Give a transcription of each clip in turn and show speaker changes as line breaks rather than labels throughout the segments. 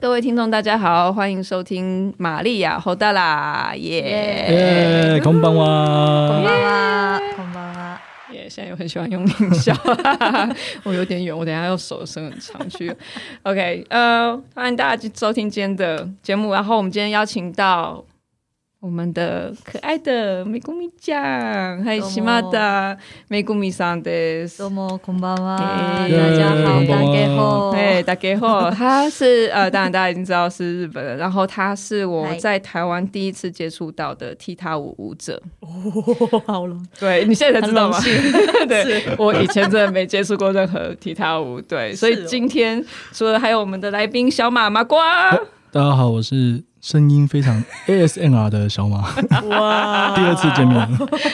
各位听众，大家好，欢迎收听《玛利亚侯大啦》耶！
耶，こんばん
こ
は。
んばんは。こんばんは。
耶！现在又很喜欢用音效， 我有点远，我等一下要手伸很长去。OK，呃，欢迎大家去收听今天的节目。然后我们今天邀请到我们的可爱的美谷米酱，还有
どうも
喜马的美谷米桑的。
どうもこんばんは。
イエーイ
大家好
こん、ばん
大
は
家好。
对，大家 好，他是呃，当然大家已经知道是日本人，然后他是我
嗨
在台湾第一次接触到的踢踏舞舞者。
好了，
对你现在才知道吗？ 对
是，
我以前真的没接触过任何踢踏舞， 对，所以
哦
今天除了还有我们的来宾小马麻 瓜，
大家好，我是声音非常 ASMR 的 小马，
哇，
第二次见面了。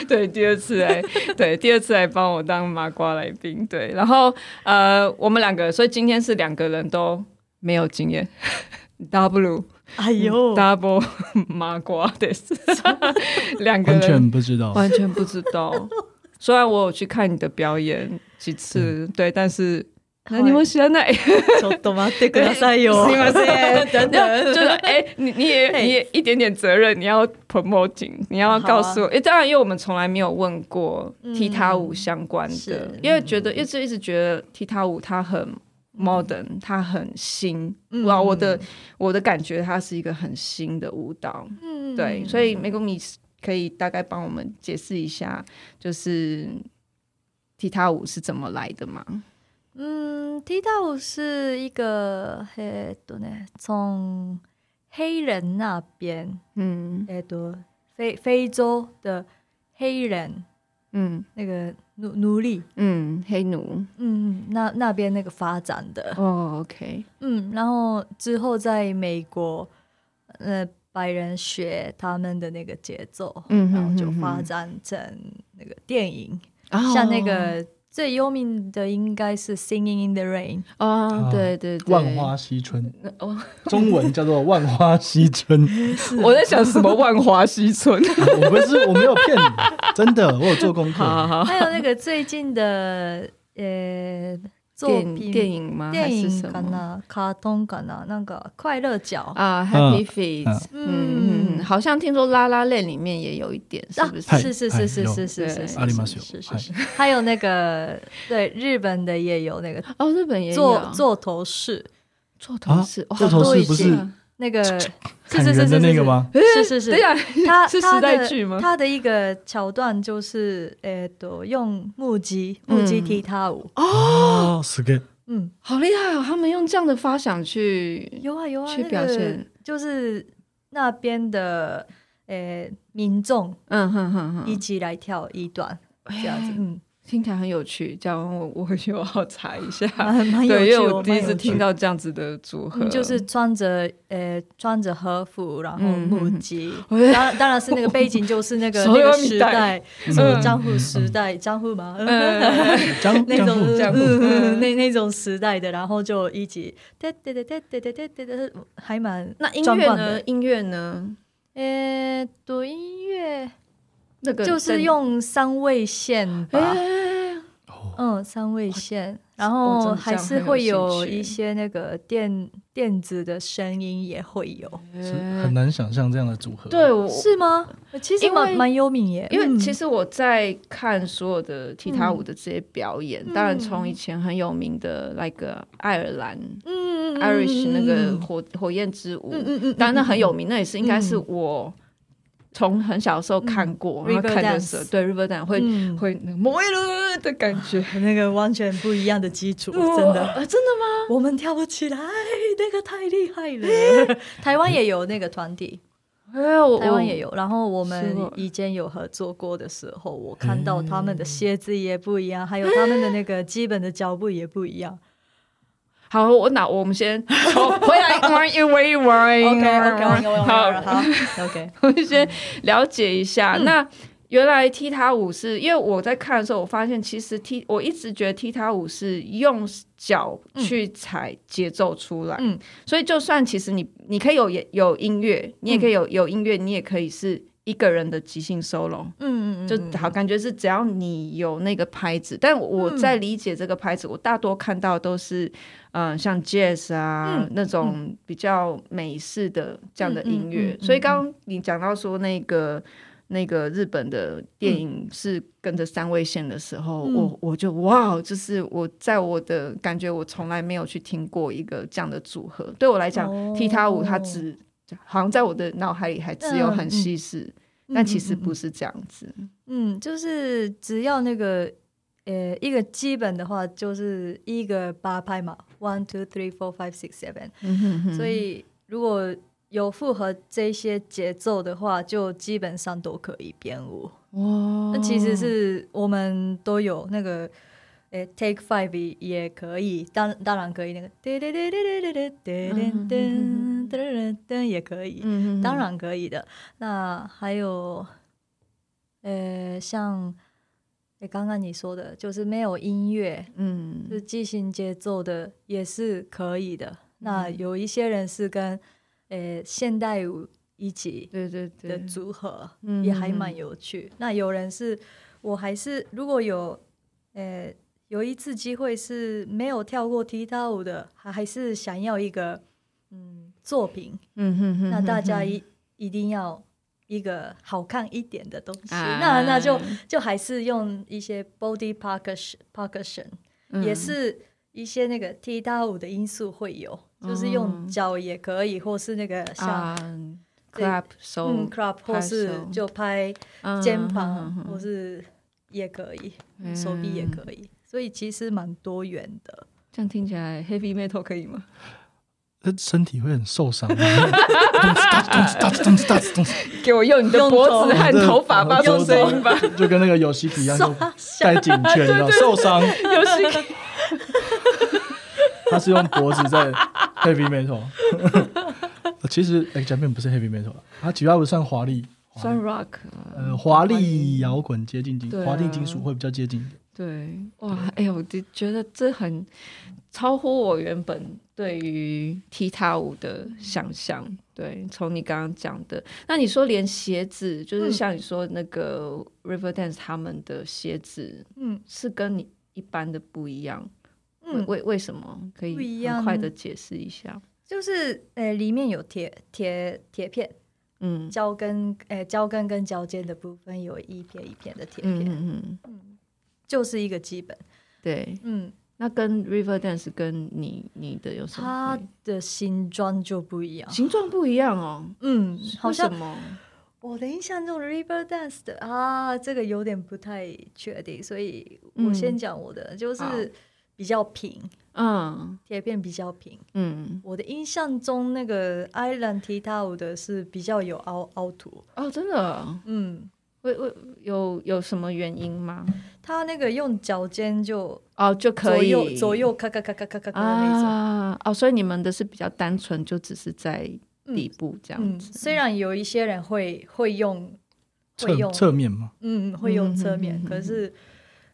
对，第二次来，对，第二次来帮我当麻瓜来宾，对，然后呃，我们两个，所以今天是两个人都没有经验 ，double
哎呦，
嗯 double 麻瓜对，是两个人
完全不知道。
完全不知 道。虽然我有去看你的表演几次，对，但是
はい
何も知らない。
ちょっと待ってくださいよ。
すいません
等
那
等，
就是哎、你你也
嘿啊
你也一点点责任，你要 promoting，你要告诉我。哎、当然，因为我们从来没有问过踢踏舞相关的，
嗯是嗯
因为觉得一直一直觉得踢踏舞它很 modern，它很新。
嗯
哇，我的我的感觉，它是一个很新的舞蹈。
嗯
对，所以美国米可以大概帮我们解释一下，就是踢踏舞是怎么来的吗？
嗯，提到是一个えっとね、从黑人那边
嗯
えっと非非洲的黑人
嗯
那个奴奴隶，
嗯，黑奴。
嗯，那那边那个发展的，
哦，OK，
嗯，然后之后在美国，呃，白人学他们的那个节奏，
嗯
然后
哼
就
哼
发
哼
展成那个电影，
哦
像那个最有名的应该是《Singing in the Rain》，
哦
啊，
对对对，
万花西春，
哦，
中文叫做万花西春。
我在想什么万花西 春？
我不是，我没有骗你，真的，我有做功
好
课。
好好，
还有那个最近的呃作
电
品
电影吗？
电
还是
影
什
か
么？
な、卡通かな、那个快乐角
啊，Happy Feet，嗯嗯，嗯好像听说《拉拉链》里面也有一点，是不
嗨
是？
啊是是是是是是是是，
ありますよ。
是是
はい
是，还有那个对日本的也有那个
哦，日本也有
座座头饰，
座头饰，哇
座头饰不是
好多以前
那个是
砍
是是
人的
是
那个吗？
是是
等一下，
是，他
是时代剧吗？
他的一个桥段就是，诶，都用木屐木屐
嗯
踢踏舞，
哦，すげえ。
嗯，
好厉害哦！他们用这样的发想去，
有啊有啊，
去表现，
就是那边的诶民众
嗯哼哼
一
哼，
起来跳一段这样子
哎，
嗯，
听起来很有趣。这样我我又要查一 下，
蛮蛮有
啊对，因为
趣哦，
我第一
蛮有
次
趣
听到这样子的组合，
嗯，就是穿着呃穿着和服，然后
嗯
木屐，
嗯
当当然是那个背景就是那个
所
那
有嗯
个
米
时
代
代，什么江户时代，江户 嘛，
呃，
嗯江
那
江
种
户
江户
嗯那那种时代的，然后就一起，对对对对对对对对对，还蛮
那音
装
乐
扮
呢
的？
音乐呢？
呃，读音乐
那个
就是用三味线
哎、
吧，
哦
嗯，三味线，然
我真
后
的
还
这样
是
哦很有
会
兴
有
趣
一些那个电电子的声音也会有。
哦
是很难想象这样的组合。
对，我
是吗？其实
因
蛮
为
蛮优敏耶，嗯
因为其
实
实我在看所有的踢踏舞的这些表演，
嗯
当然从以前很有名的那个爱尔兰、
嗯
Irish 那个火火焰之舞，
嗯嗯
当然那很有名，那也是应该是我从很小的时候看过，
嗯
然后看
River
的时候，
Dance
对 River Dance 会、
嗯
会那个 摩耶伦的感觉，
那个完全不一样的基础，哦啊真的，
呃真的吗？
我们跳不起来，那个太厉害了。 哦台湾也有那个团体，
哎，我
台湾也。有。然后我
是
们
哦
以前有合作过的时候，我看到他们的鞋子也不一样，还有他们的那个基本的脚步也不一样。
好，我那我们先 好回来玩一玩一玩
OK OK
好
OK，好 OK，
我就先了解一下。那原来踢踏舞是因为我在看的时候，我发现其实踢我一直觉得踢踏舞是用脚去踩节奏出来，
嗯
所以就算其实你你可以有有音乐，你也可以有有音乐，你也可以是一个人的即兴 solo，
嗯嗯嗯，
就
嗯
好，感觉是只要你有那个拍子，但我我
嗯
在理解这个拍子，我大多看到都是，嗯、像 jazz 啊、
嗯
那种比较美式的这样的音乐。
嗯嗯嗯嗯
所以刚刚你讲到说那个那个日本的电影是跟着三位线的时候，
嗯
我我就哇，就是我在我的感觉，我从来没有去听过一个这样的组合。对我来讲，
哦
踢踏舞它只好像在我的脑海里还只有
嗯
很
嗯
西式。但其实不
是，
是这样子，
嗯，就是只要那个呃一个基本的话，就是一个八拍嘛，one two three four five six seven，
嗯哼哼
所以如果有符合这些节奏的话，就基本上都可以编舞。
哇
那其实是我们都有那个，诶，Take Five 也可以，当当然可以那个，噔噔噔噔噔噔噔噔噔噔噔也可以，
嗯
当然可以的。那还有，呃，像，诶，刚刚你说的，就是没有音乐，
嗯
就是即兴节奏的也是可以的。那
嗯
有一些人是跟，诶，现代舞一起
对对
的
对
组合，
嗯
也还蛮有趣。那有人是，我还是如果有，呃，有一次机会是没有跳过踢踏舞的，还还是想要一个嗯作品，
嗯哼哼
那大家
哼
一一定要一个好看一点的东西。
啊
那那就就还是用一些 body percussion percussion，、
嗯
也是一些那个踢踏舞的因素会有，就是用
哦
脚也可以，或是那个像。
啊
对
，clap 手
嗯，crop 或
拍
是
手嗯
就拍肩膀或是也可以，
哎
手臂也
以。
可以，所以其实蛮多元的。
哎这样听起来 heavy metal 可以吗？
他身体会很受 伤。咚哧哒哧咚哧哒哧咚哧哒哧咚哧
给我用你的脖子
用
和
头
头发发出声音吧。
就跟那个游戏一样，就
刷
戴颈圈，然后受伤。
游戏
他是用脖子在 heavy metal。其实 X Japan 不是 heavy metal，它主要不算华丽，华
算
丽
rock，
呃，华丽摇滚接近金
对，啊
华丽金属会比较接近。
对，哇，哎、我就觉得这很超乎我原本对于踢踏舞的想象。对，从你刚刚讲的，那你说连鞋子，就是
嗯
像你说那个 River Dance 他们的鞋子
嗯
是跟你一般的不一样，为
嗯，
为为什么？可
不一
以
样
很快的解释一下。
就是呃，里面有铁铁铁片，
嗯
胶跟呃胶跟跟胶尖的部分有一片一片的铁
嗯
片，
嗯嗯，
就是一个基本。
对。
嗯，
那跟 River Dance 跟你你的有什么
它
不一样？
的形状就不一样。
形状不一样哦，
嗯，好像
为什么？
我的印象中，River Dance 的啊，这个有点不太确定，所以我先
嗯
讲我的，就
好
是比较平，
嗯
铁片比较平。
嗯，
我的印象中，那个 Island 踢踏舞的是比较有凹凹凸，
哦，真的，
嗯，
为为有有什么原因吗？
他那个用脚尖就
哦，就
左
可以
右左右咔咔咔咔咔咔咔的那种，
啊，哦，所以你们的是比较单纯，就只是在底
嗯
部这样
嗯，
子。
虽然有一些人会会用会
侧
用
侧面嘛，
嗯，会用侧
嗯
面，
哼哼哼
可是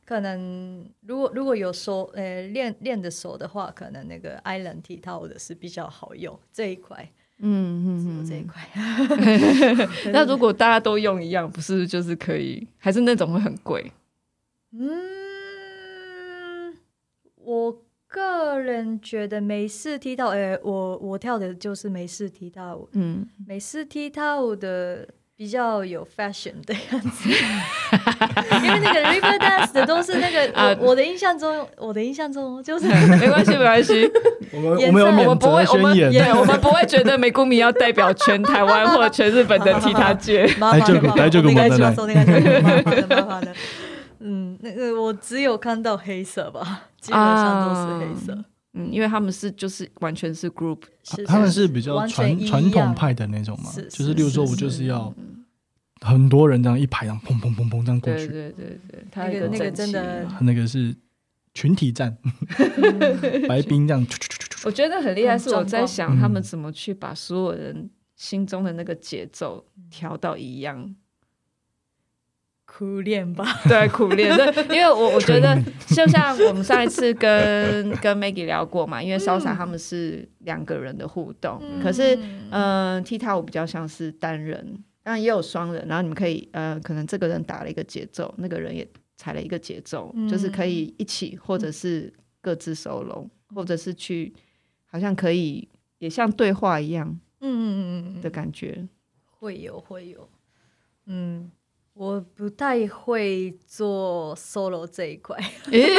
可能如果如果有手呃练练的手的话，可能那个 Island 踢踏舞的是比较好用这一块，只有
嗯嗯
这一
嗯
块，
嗯，那如果大家都用一样，不是就是可以？还是那种会很贵？
嗯，我个人觉得美式踢踏，呃，我我跳的就是美式踢踏舞，
嗯，
美式踢踏舞的比较有 fashion 的样子， 因为那个 river dance 的都是那 个，
啊
我我的印象中，我的印象 中就是
嗯没关系，没关系，
我们
颜色
我们有
我们
免
不会
责，
我们
宣言，啊
对，我们不会觉得美谷米要代表全台湾或全日本的踢踏 界。
麻烦
大丈夫
麻
大
烦
丈夫
お願いし
まだ
ます
な
お願いします麻烦的麻烦 的，嗯，那个我只有看到黑色
啊
吧，基本上都是黑色，
嗯，因为他们是就是完全是 group
是
啊他们
是
是比较
完全
传
一
传统
样
派的那种嘛
是，
就是是例如说
是
我就是
是
要很多人这样一排，然后砰砰砰砰这样过
对
去，
对对对，他
那个那个
整
真的
齐
那个是群体战，
嗯
白冰这样， 啾啾啾啾啾
我觉得很厉害，
很嗯
是我在想
壮观
他们怎么去把所有人心中的那个节奏调到一样。
苦练吧，
对，苦练，对，因为我我觉得就像我们上一次跟跟 Maggie 聊过嘛，因为 Salsa 他们是两个人的互动，可是
嗯
嗯、呃、，T 踏舞比较像是单人当然也有双人，然后你们可以呃，可能这个人打了一个节奏，那个人也踩了一个节奏，
嗯
就是可以一起，或者是各自 solo，、或者是去，好像可以也像对话一样
嗯嗯嗯嗯
的感觉。
会有会有，嗯，我不太会做 solo 这 一块，
诶、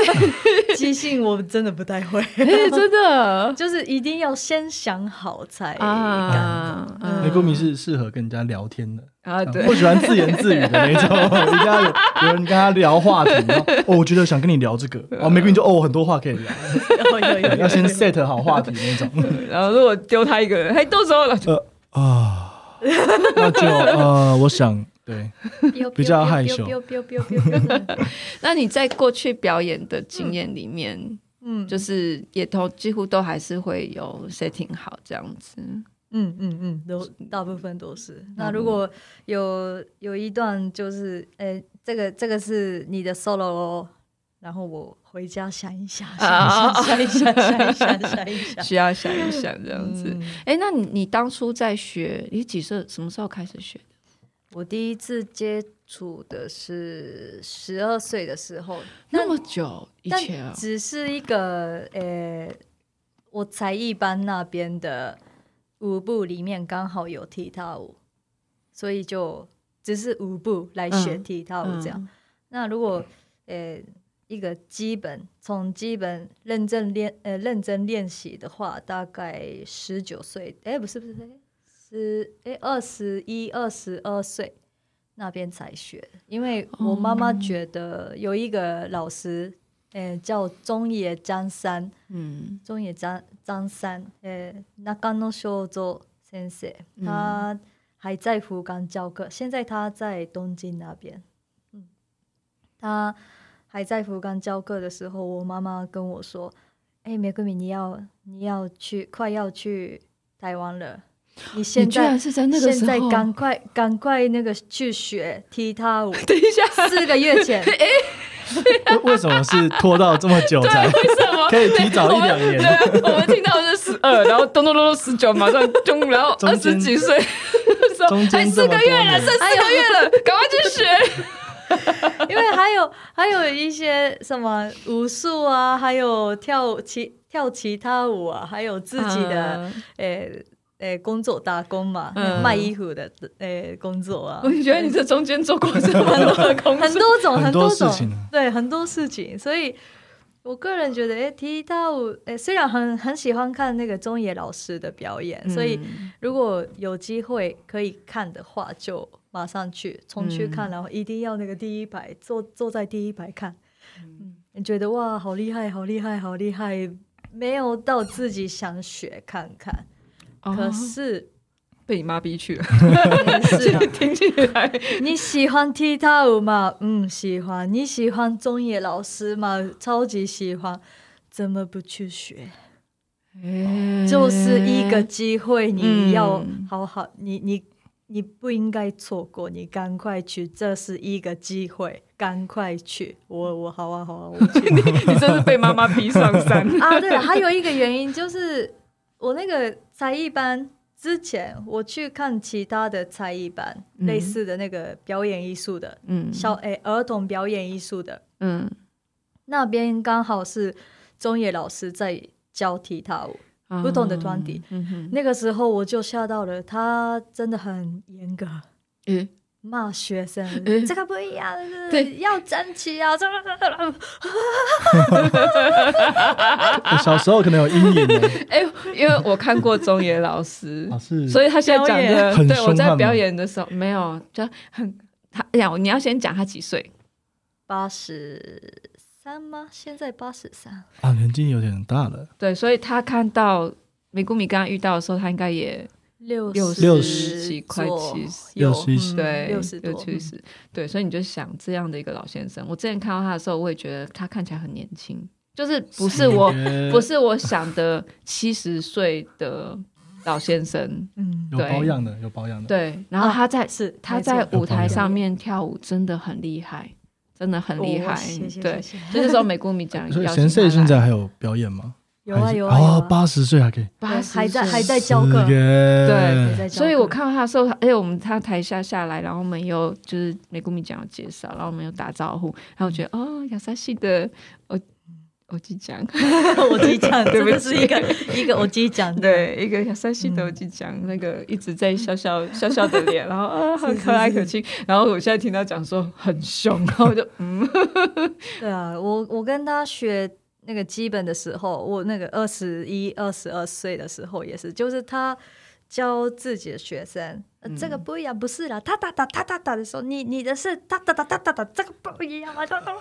即兴我真的不太会，
真 的
就是一定要先想好
哎
才 哦
啊
雷公迷是适合跟人家聊天的，
啊，对
不，喜欢自言自语的那种， 人家有有人跟他聊话题，然后哦，我觉得想跟你聊这个，
嗯
哦，玫瑰你就哦，很多话可以 聊，
有有有
要先 set 好话题那种，
然后如果丢他一个人，嘿，到时候了，
呃啊， 那就呃，我想对，
有
比较害羞
那你在过去表演的经验里面，
嗯，
就是也都几乎都还是会有 setting 好这样子。
嗯嗯嗯，都大部分都是。那如果有有一段就是，呃，这个这个是你的 solo，哦，然后我回家想一想，
啊
想一想，想一想，想一嗯 想，
需要想一 想这
这
样子。哎、那你你当初在学，你几岁？什么时候开始学的？
我第一次接触的是十二岁的时候，
那么久以
但
前啊？
只是一个呃，我才艺班那边的舞步里面刚好有踢踏舞，所以就只是舞步来学
嗯
踢踏舞这样。
嗯
那如果呃一个基本从基本认真练呃认真练习的话，大概十九岁，哎不是不是，是哎二十一二十二岁那边才学，因为我妈妈觉得有一个老师，呃叫中野张三，
嗯
中野张张三，呃中野修作先生，他还在福冈教课，现在他在东京那边。嗯他还在福冈教课的时候，我妈妈跟我说：“哎、玫瑰米，你要你要去，快要去台湾了，你现
你居然
在
是在那个时
现在
候？
赶快赶快那个去学踢踏舞。
等一下，
四个月 前，
为为什么是拖到这么久才？
为什么？
可以提早
我
一
们
两年
对啊，我们听到是十二，然后咚咚咚咚十九，马上咚，然后二
中间
十几岁，说
中
还
间
四
这么
个
多
月了，
年
剩四个月了，赶快去学。
因为还有还有一些什么武术啊，还有跳其跳其他舞啊，还有自己的
啊，
诶诶、工作打工嘛，
嗯
卖衣服的诶、工作啊
我，觉得你这中间做过这么多的工作
很，多种
很
多
多
种
事情啊
对很多事情，所以我个人觉得，诶，踢踏舞，诶，虽然很很喜欢看那个中野老师的表演，
嗯
所以如果有机会可以看的话，就马上去冲去看，然后一定要那个第一排坐坐在第一排看，嗯，你觉得哇，好厉害，好厉害，好厉害，没有到自己想学看看，
哦
可是。
被你妈逼去了，
是啊
听起来
你喜欢踢踏舞吗？嗯，喜欢。你喜欢中野老师吗？超级喜欢。怎么不去学？就是一个机会，
嗯
你要好好，你你你不应该错过，你赶快去，这是一个机会，赶快去。我我好啊好啊，我去
你真是被妈妈逼上山。
啊。对了，还有一个原因就是我那个才艺班之前，我去看其他的才艺班，
嗯
类似的那个表演艺术的，
嗯
小诶、儿童表演艺术的
嗯
那边刚好是中野老师在教踢踏舞，不同的团体。
嗯哼，
那个时候我就吓到了，他真的很严格。
诶
骂学生，
嗯
这个不一样，是
对
要争取啊！ 这个
小时候可能有阴影啊呢，
哎，因为我看过中野老师
啊，是，
所以他现在讲
表
很
的，对
凶
我
悍
在
吗
表演的时候没有，就很他呀，你要先讲他几岁，
八十三吗？现在八十三，
啊，年纪有点大了，
对，所以他看到美谷米刚刚遇到的时候，他应该也
六
六
六
十几快
左
七十
右
六十一十
嗯
对，
六十多，
七十，对，所以你就想这样的一个老先生，我之前看到他的时候，我也觉得他看起来很年轻，就是不是我不是我想的七十岁的老先生，
嗯，
有保养的，有保养的，
对，然后他在、
哦是
他
没错
在舞台上面跳舞真的很厉害，真的很厉害，
哦谢谢
对，
谢谢
就是说美谷米讲
所以
要
贤
请
穗
他
现
来
在还有表演吗？
有啊
还是
有啊有
哦
啊，
八十岁还可以，
八
对
十
还在
岁
还在教课，还
对，
在教
所以我
课
看到他的时候，哎，我们他台下下来，然后我们又就是美谷米讲要介绍，然后我们又打招呼，然后我觉得哦，亚萨系的，我我记讲，
我机讲，
对
真
不
的是一个一个我机讲，
对，一个亚萨系的我记讲，那个一直在笑笑笑笑的 脸，然后啊，很可爱可亲，然后我现在听他讲说很凶，然后我就嗯，
对啊，我我跟他学那个基本的时候，我那个二十一、二十二岁的时候也是，就是他教自己的学生。呃这
嗯
个不一样，不是啦，哒哒哒哒哒哒的时候，你你的是哒哒哒哒哒哒，这个不一样啊，哒哒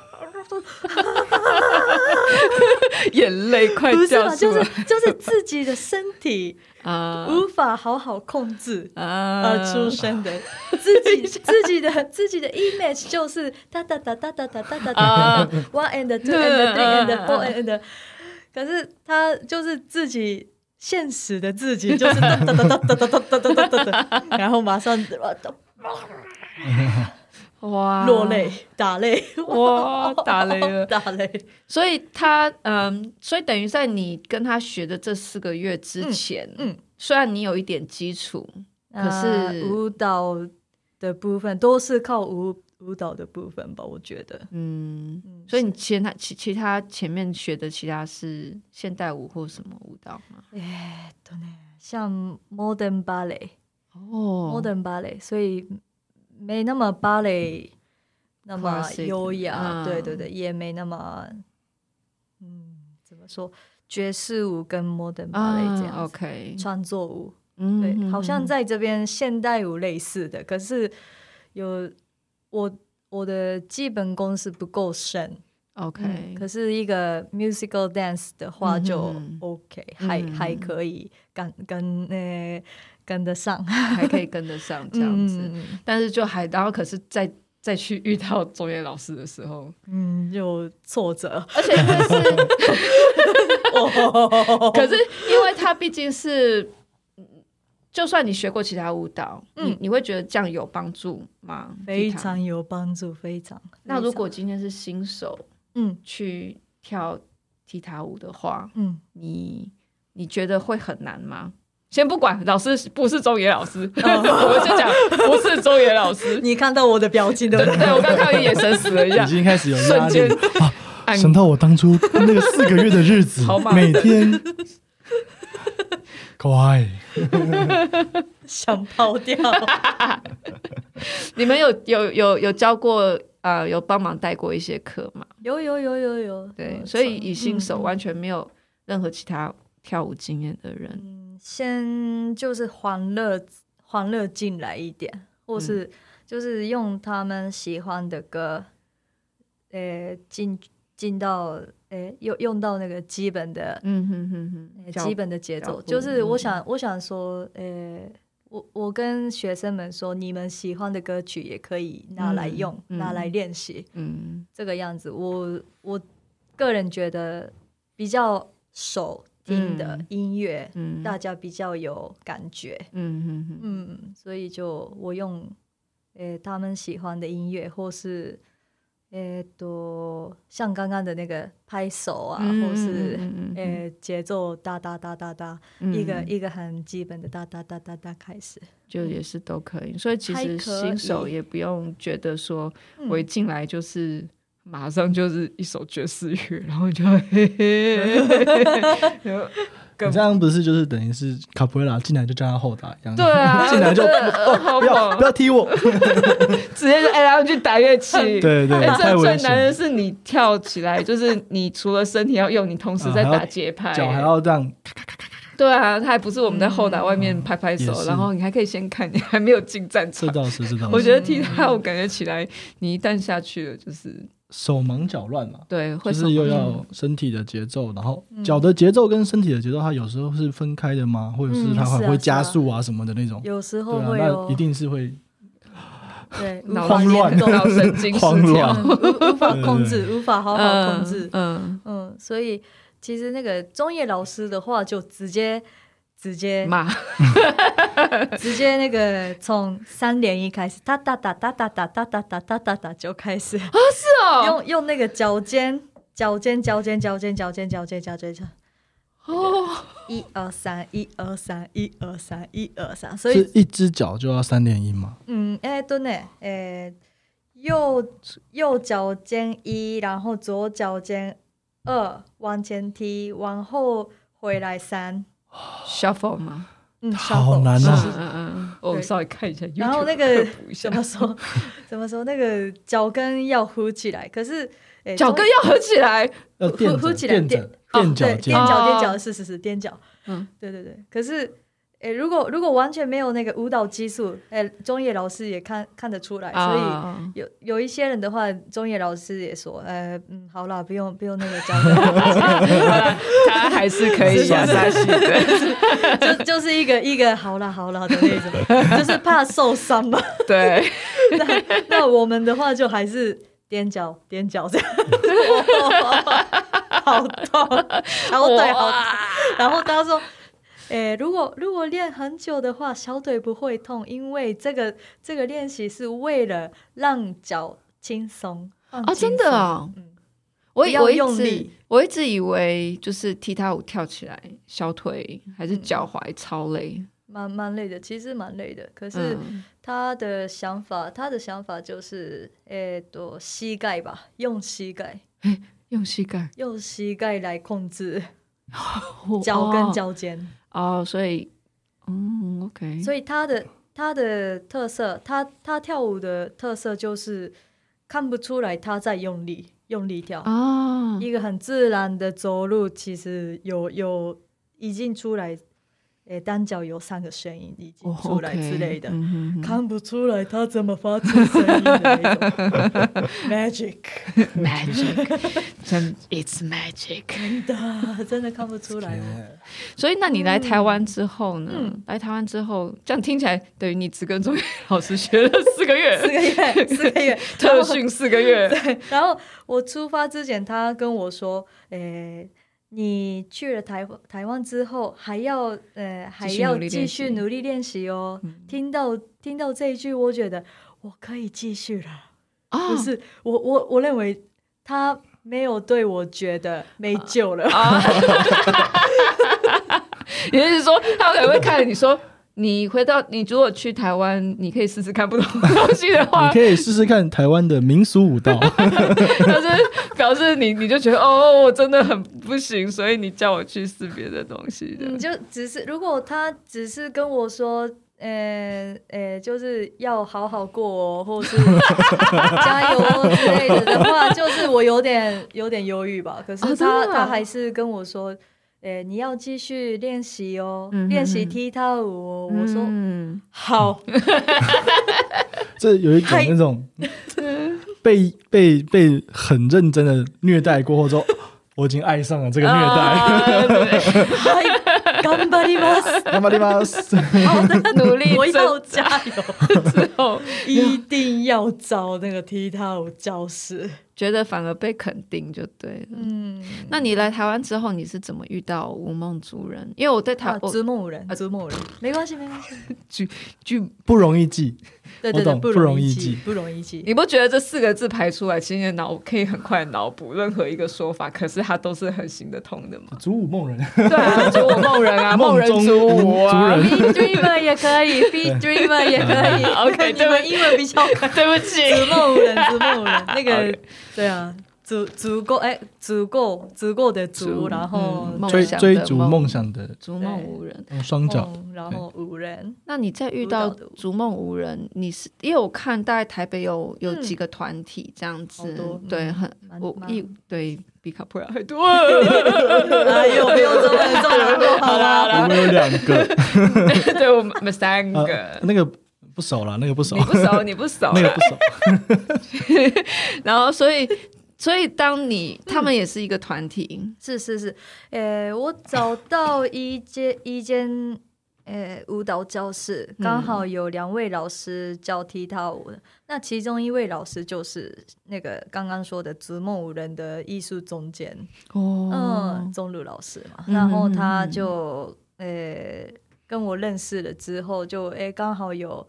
眼泪快
不是
掉
啦，
出
就
来
是就是自己的身体
啊
无法好好控制，
啊
而呃出生的，自己自己的自己的 image 就是哒哒哒哒哒哒哒哒哒
啊
，one and two
对
and three
嗯
and four and，可是他就是自己现实的自己，就是哒哒哒哒哒哒哒哒哒哒哒，然后马上
哇
落泪打泪，
哇打雷了。
打雷，
所以他嗯，所以等于在你跟他学的这四个月之前，
嗯嗯
虽然你有一点基础，可是
呃舞蹈的部分都是靠舞舞蹈的部分吧，我觉得，
嗯，
嗯
所以你其他其其他前面学的其他是现代舞或什么舞蹈吗？
哎，对呢，像 modern ballet。
哦嗯
modern ballet，所以没那么芭蕾那么
Classic，
优雅，
嗯
对对对，也没那么嗯，怎么说爵士舞跟 modern ballet 这样子、
啊，OK，
创作舞，
嗯
对，
嗯
好像
嗯
在这边现代舞类似的，可是有我我的基本功是不够深。
OK，、
嗯，可是一个 musical dance 的话
嗯哼
就
嗯
OK，、
嗯
还
嗯
还可以跟跟呃跟得上
还可以跟得上这样子，
嗯嗯嗯
但是就还然后可是再再去遇到中原老师的时候，
嗯，有挫折。
而且因为 是。
哦
可
可
是因为它毕竟是，嗯就算你学过其他舞蹈，
嗯
你你会觉得这样有帮助吗？
非
吉他。
常有帮助，非常。
那如果今天是新手
嗯
去跳踢踏舞的话，
嗯，
你你觉得会很难吗？先不管老师不是中野老师，
哦
我们就讲不是中野老师。
你看到我的表情对
对
不对？
对，我刚看到你眼神死了一
已
下，
经开始有压
瞬
力
间哎
了。
按
想到我当初那个四个月的日 子
好嘛，
每天乖，
想跑 掉。
你们有有有有教过呃有帮忙带过一些课吗？
有有有有有。
对，
有
所以以新手
嗯
完全没有任何其他跳舞经验的人，
嗯先就是欢乐欢乐进来一点，或是
嗯
就是用他们喜欢的歌，呃，进进到呃用用到那个基本的
嗯哼哼
呃
哼，
基本的节
脚
奏，
步
就是
嗯
我想，我想说，呃，我我跟学生们说，你们喜欢的歌曲也可以拿来用，
嗯嗯
拿来练习，
嗯
这个样子。我我个人觉得比较手听的
嗯
音乐，
嗯
大家比较有感觉，
嗯哼哼，
嗯，所以就我用，呃，他们喜欢的音乐，或是。呃，多像刚刚的那个拍手啊，或是
嗯嗯嗯
呃节奏哒哒哒哒哒，
嗯
一个
嗯
一个很基本的哒哒哒哒哒开始。
就也是都可以，所以其实
嗯还可以
新手也不用觉得说
嗯
我一进来就是。马上就是一首爵士乐，然后 就 嘿嘿嘿嘿嘿，然后
你这样不是就是等于是卡普瑞拉进来就叫他后打一样？
对啊，
进来就
真的呃好
不要不
猛，
要踢我，
直接就哎，然后去打乐器，
对对
哎
对，太
这
危
最难的
险，
是你跳起来，就是你除了身体要用，你同时在
啊还要
打节拍，
脚还要这样，
对啊，他还不是我们在
嗯
后台外面拍拍手
哦也，是
然后你还可以先看，你还没有进战
这
场。
倒是这倒
我
是，
觉得
嗯
踢踏舞感觉起来，你一旦下去了，就是
手忙脚乱嘛。
对，会
就
手
是又
忙
要有身体的节奏，然后脚的节奏跟身体的节奏，它有时候是分开的吗？或者是它
嗯是
还
啊
会加速啊什么的那种？
有时候
对啊，
会有
那一定是会
对无
脑
法
慌
联
乱
动，
脑 神经
慌
失调
乱，
嗯 无无法
对对
控制，无 法好好控制。
嗯，
嗯，所以其实那个中野老师的话，就直接直
嗯
接
骂
直接那个从三连一开始，哒哒哒哒哒哒哒哒哒哒哒哒就开始，
是哦，
用用那个脚尖脚尖脚尖脚尖脚尖脚尖脚尖脚尖，
哦，
一二三，一二三，一二三，一二三，所以
是一只脚就要三连音嘛？
嗯，哎，对呢，哎，右右脚尖一，然后左脚尖二，往前踢，往后回来三，
shuffle 吗？
嗯，
好难
嗯
那
是
啊
嗯嗯嗯，我稍微看一下 YouTube，
然后那个
科普一下
怎么 说？怎么说？那个脚跟要呼起来，可是哎
脚跟要合起来，
要
呼
垫
呼
着
起来
垫
垫
着垫脚尖
对踮，脚
哦
踮脚是是是踮脚，
嗯，
对对对。可是哎，如果如果完全没有那个舞蹈基础，哎，中野老师也看看得出来， 所以。
啊
有有一些人的话，中野老师也说，呃，嗯，好啦，不用不用那个教了，
啊 他还是可以下下去的，
就就是一个一个好啦好啦的那种，就是怕受伤嘛。
对。
那那我们的话就还是踮脚踮脚这样，好痛，小腿好痛。然后他说。诶，如果如果练很久的话，小腿不会痛，因为这个这个练习是为了让脚轻松。
哦，
哦
真的哦，
嗯
我
不
以
要
我一
用
直
力
我一直以为就是踢踏舞跳起来，小腿还
嗯
是脚踝超累，
蛮蛮累的，其实蛮累的。可是
嗯，
他的想法，他的想法就是，诶、多膝盖吧，用膝盖，
用膝盖、
用膝盖来控制脚跟脚尖。
哦，哦所以嗯，OK，
所以他的他的特色，他他跳舞的特色就是看不出来他在用力用力跳，
啊，
一个很自然的走路，其实有有已经出来，诶、单脚有三个声音已经
哦
出来
OK，
之类的。
嗯哼哼
看不出来他怎么发出声音的那种 magic，
magic，真 it's magic。
真的真的看不出来哦。
耶
所以，那你来台湾之后呢？
嗯
来台湾之后，这样听起来等于你只跟中学老师学了四个月，
四个 月，四个 月，
特训四个月，
然后我出发之前，他跟我说：“诶、你去了台台湾之后，还要呃还
继续
要
努力
继
练习
续努力练习哦。听到听到这一句，我觉得我可以继续了。
啊
不是我我我认为他没有对我觉得没救了。
啊，也就是说，他可能会看着你说，你回到你如果去台湾，你可以试试看不同的东西的
你
话，
可以试试看台湾的民俗舞蹈，
但是表示你你就觉得哦，我真的很不行，所以你叫我去试别的东西的
你。嗯就只是，如果他只是跟我说，呃呃，就是要好好过哦，或是 加油哦之类的的话，就是我有点有点忧郁吧。可
哦
是
真
他、
的啊
他还是跟我说，呃，你要继续练习哦，
嗯哼
练习
哼
踢踏舞、哦。
嗯
我说好，
这有一种
嗨
那 种被被被很认真的虐待过后 之后，我已经爱上了这个虐待。
哦
啊对
はい頑張ります，
干嘛地方？
好的，
努力
我要
挣
加油，
之后，
一定要找那个踢踏舞教室。
觉得反而被肯定就对了。
嗯，
那你来台湾之后，你是怎么遇到无梦族人？因为我对台
啊，
我
子母人，子母人，没关系，没 关系。
就
不容易记，
对
我
对对，
懂
不
不容易
记
记，
不容易 记。
你不觉得这四个字排出来，其实你的脑可以很快脑补任何一个说法，可是它都是很行得通的嘛？
祖武梦人，
对啊，祖我梦人 啊，梦
梦
人
中
祖我
族
啊。
人
B Dreamer 也可以，B Dreamer 也可以。
OK，
你们英文比较快。
对不起，
子梦人，子梦人，那个
OK
对啊，足足够哎，足够足够的足，
足
然后
嗯梦
追
想的
追逐
梦
梦想的
逐梦无人。
嗯双脚，
梦，然后五人。
那你在遇到
舞蹈的舞
逐梦无人，你是因为我看大概台北有有
嗯
几个团体这样子
好多，
对，
嗯
很
蛮
我
蛮
一对比卡普拉还多。
哎呦，没有这么重要就好
好
啦。
啦
我们有两 个，
对我们我们三
呃
个，
那个不熟了，那个不熟
你，不熟，你不熟，
那个不熟，
然后所以所以当你他们也是一个团体，
是是是，呃，我找到一间一间呃舞蹈教室，
嗯
刚好有两位老师教踢踏舞的。那其中一位老师就是那个刚刚说的子梦舞人的艺术总监，
哦
嗯，，钟鲁老师嘛。
嗯
然后他就呃跟我认识了之后就，诶刚好有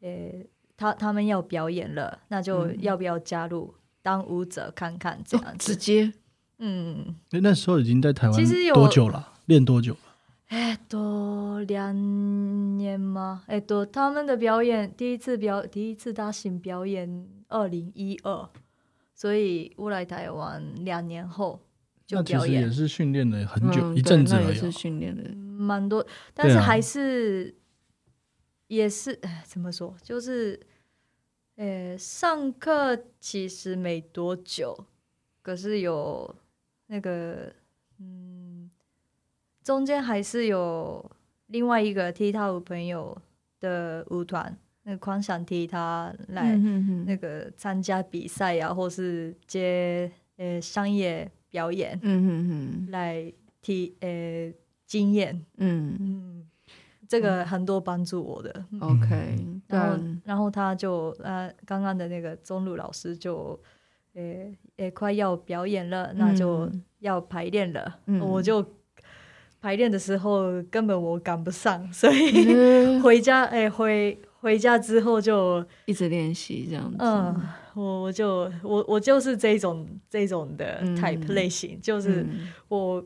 呃他他们要表演了，那就
嗯
要不要加入当舞者看看这样
哦直
子？
接
嗯。
那时候已经在台湾
其实有
多久了？练多久？
えっと哎两年吗？えっと他们的表演第一次表第一次大型表演二零一二，所以我来台湾两年后就
那其
表
实也
演，
是训练了很久、
嗯
一阵子
对
而
那也
已
是
哦。
训练的。
蛮多，但是还是、也是哎怎么说？就是呃上课其实没多久，可是有那个嗯，中间还是有另外一个踢踏舞朋友的舞团，那狂想踢他来、
嗯
那个参加比赛呀、或是接呃商业表演
嗯嗯
来提呃经验，
嗯
嗯，这个很多帮助我的。
嗯，OK，对
然
啊
后，然后他就呃，刚刚的那个钟乳老师就，呃，也快要表演了，那就
嗯
要排练了。
嗯
我就排练的时候根本我赶 不上，所以
嗯
回家，哎、回回家之后就，
一直练习这样子。
嗯，我我就我我就是这种这种的
嗯
type 类型，就是
嗯
我，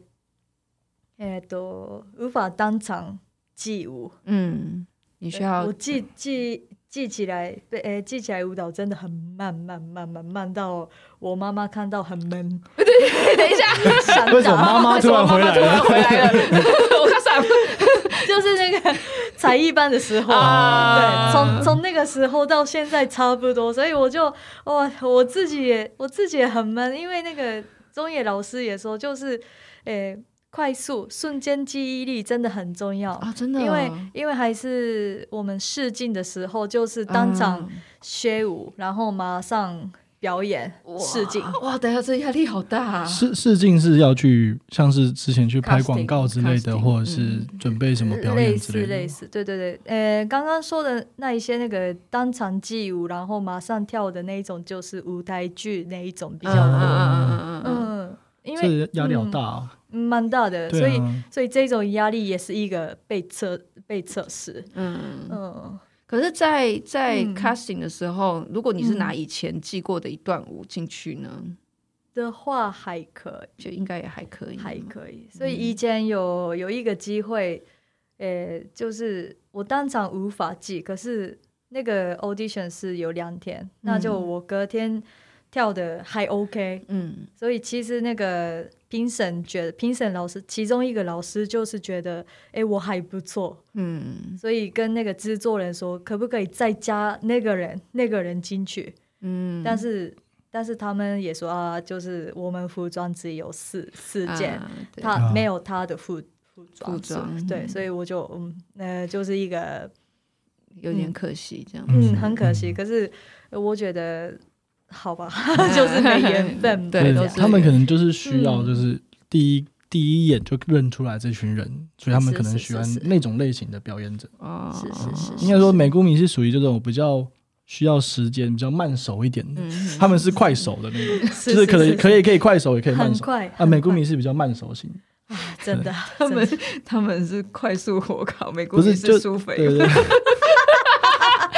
哎、都无法当场记舞。
嗯，你需要
我记记记起来，对，诶，记起来舞蹈真的很慢，慢，慢，慢，慢到我妈妈看到很 闷。
等一下，
想
为什么
打
妈妈突然回来
突然
了？
回来了， 我看傻了
就是那 个才艺班的时候，
啊
对，从从那个时候到现在差不多，所以我就哇，我自己也我自己也很闷，因为那个中野老师也说，就是，诶、快速瞬间记忆力真的很重要。
啊！真的，
因为因为还是我们试镜的时候，就是当场
嗯
学舞，然后马上表演
哇
试镜。
哇，等一下，这压力好大啊。
试试镜是要去，像是之前去拍广告之类
Casting，
的，
casting，
或者是准备什么表
类
演之
似嗯类
类的。
似，对对对，呃，刚刚说的那一些那个当场记舞，然后马上跳的那一种，就是舞台剧那一种比较，
嗯
嗯
嗯嗯嗯嗯
因为
这压力好大哦，
嗯蛮大的，所
对
以
啊，
所以这种压力也是一个被测被测试，
嗯嗯。
嗯，
可是在，在
嗯
casting 的时候，如果你是
嗯
拿以前记过的一段舞进去呢，
的话还可以。
就应该也还可以。嗯
还可以。所以以前有有一个机会，呃，就是我当场无法记，可是那个 audition 是有两天，那就我隔天跳的还 OK。
嗯
所以其实那个评审觉得，评审老师其中一个老师就是觉得，哎，我还不错，
嗯
所以跟那个制作人说，可不可以再加那个人那个人进去？
嗯，
但是但是他们也说啊，就是我们服装只有四四件，
啊对
他
啊
没有他的服服装，
服装
所以对，
嗯
所以我就嗯呃，就是一个
有点可惜这样子。
嗯
嗯
很可惜，可是我觉得好 吧，就是没缘分吧，
对
这
都
对，
样
是
他们可能就是需要，
嗯
就是第一第一眼就认出来这群人，所以他们可能喜欢
是是是是
那种类型的表演者。
哦，
是是是
应该说，美谷米是属于这种比较需要时间、比较慢手一点的，
嗯
他们是快手的那种，
是
就是可能
是
可以可以快手，也可以慢
很
手。
快
啊，美谷
很
米是比较慢手型，
快啊真 的
他
真的
们他们是快速火烤，美国
不是
也
就是
苏菲，
对对，对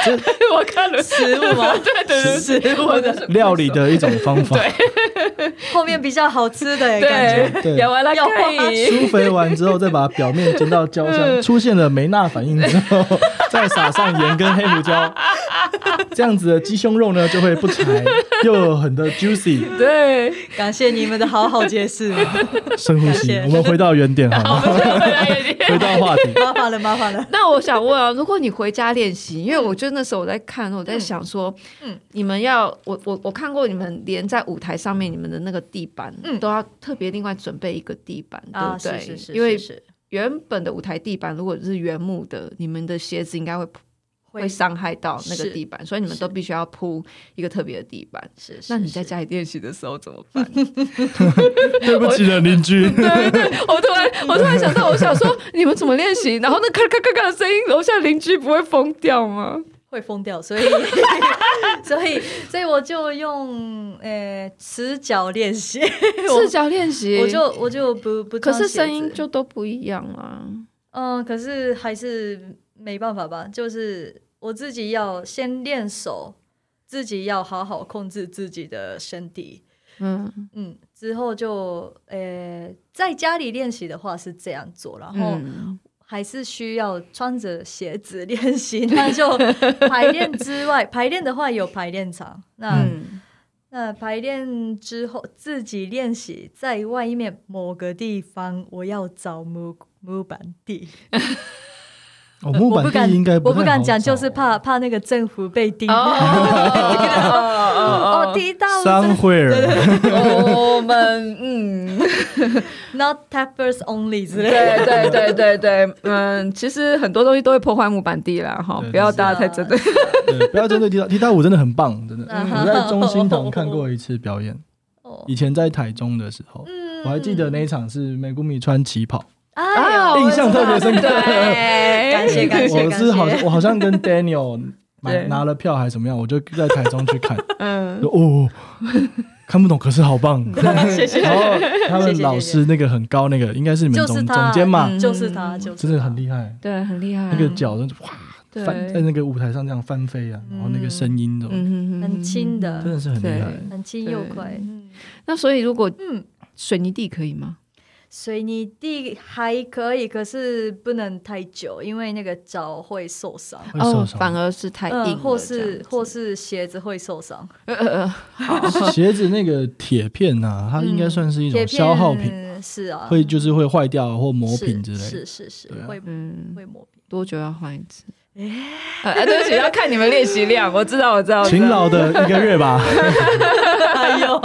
我看了食物吗？对对对，食物的
料理的一种方 法。
后面比较好吃的感觉，
对，
对
咬完了可以，
疏肥完之后，再把表面煎到焦
嗯
香，出现了梅纳反应之后，再撒上盐跟黑胡 椒，这样子的鸡胸肉呢就会不柴，又有很多 juicy。
对，
感谢你们的好好 解释，
深呼吸，
感谢
我们回到原点好
我
吗？
们再回来一点。
回到话 题，
麻烦了麻烦了，
那我想问啊，如果你回家练习，因为我觉得那时候我在看，我在想说，
嗯
你们要我我我看过你们连在舞台上面你们的那个地板，
嗯
都要特别另外准备一个地板，
啊
对
是
不对？
是是，
因为
是是
原本的舞台地板如果是原木的，你们的鞋子应该会会
会是
伤害到那个
是
地板，所以你们都必须要铺一个特别的地板。
是，
那你在
是
家里练习的时候怎么 办？
对不起了邻居。
对对对，我突 然我突然想到，我想说你们怎么练习？然后那咔咔咔咔的声音，楼下邻居不会疯掉吗？
会疯 掉，所以所以所以我就用呃持脚练习，
赤脚练习，
我就我就不不
可
穿
是
鞋
声音
子
就都不一样啊。
嗯，可是还是没办法吧，就是我自己要先练手，自己要好好控制自己的身体，
嗯
嗯，之后就呃在家里练习的话是这样做，然后
嗯
还是需要穿着鞋子练习。那就排练之外，排练的话有排练场，那、
嗯
那排练之后自己练习，在外面某个地方，我要找木木板地，
哦，木
我
板
不
地
敢
应该
我不
太
敢
好
讲，就
找
是怕怕那个政府被盯。
哦哦
哦，踢到
商会儿，
哦，我们嗯，
，not tappers only 之类的。
对对对对对，嗯，其实很多东西都会破坏木板地啦，哈，
对
不要大家太针对。
对不要针对踢踏踢踏舞，真的很棒，真的。
嗯
我在中心堂看过一次表演，
哦
以前在台中的时候，
嗯
我还记得那一场是美谷米穿旗袍，
哎
啊
呦，
印象特别深刻
对
感谢感谢
我
感
是好
谢
像。我好像跟 Daniel 买
对
拿了票还是怎么样，我就在台中去看，
嗯
就哦，看不懂，可是好棒。
谢谢
然后他
谢
们
谢
老师那个很高，那个应该是你们
就是
总
他，嗯
总监嘛，
嗯
就是他，就是
真的很
害。
厉害，
对，很厉害。啊
那个嗯脚真的哇
对
翻在那个舞台上这样翻飞啊，然后那个声音都
嗯嗯
很轻的
真的是很厉害
对。
很轻又快。嗯
那所以如果
嗯，
水泥地可以吗？
水泥地还可以，可是不能太久，因为那个脚会受伤，
会受
哦
伤
反而是太硬了
嗯，或
这样
是
子
或是鞋子会受伤。
呃呃呃，
鞋子那个铁片啊，它应该
嗯
算是一
嗯铁
种
片
消耗品，
是啊，
会就是会坏掉啊或磨
是
品之类的。
是是是
对啊
会
嗯，
会磨平。
多久要换一次？
哎
呃，呃对不起，要看你们练习量。我知道，我知道，我知
勤
道。
劳的一个月吧，
哎呦，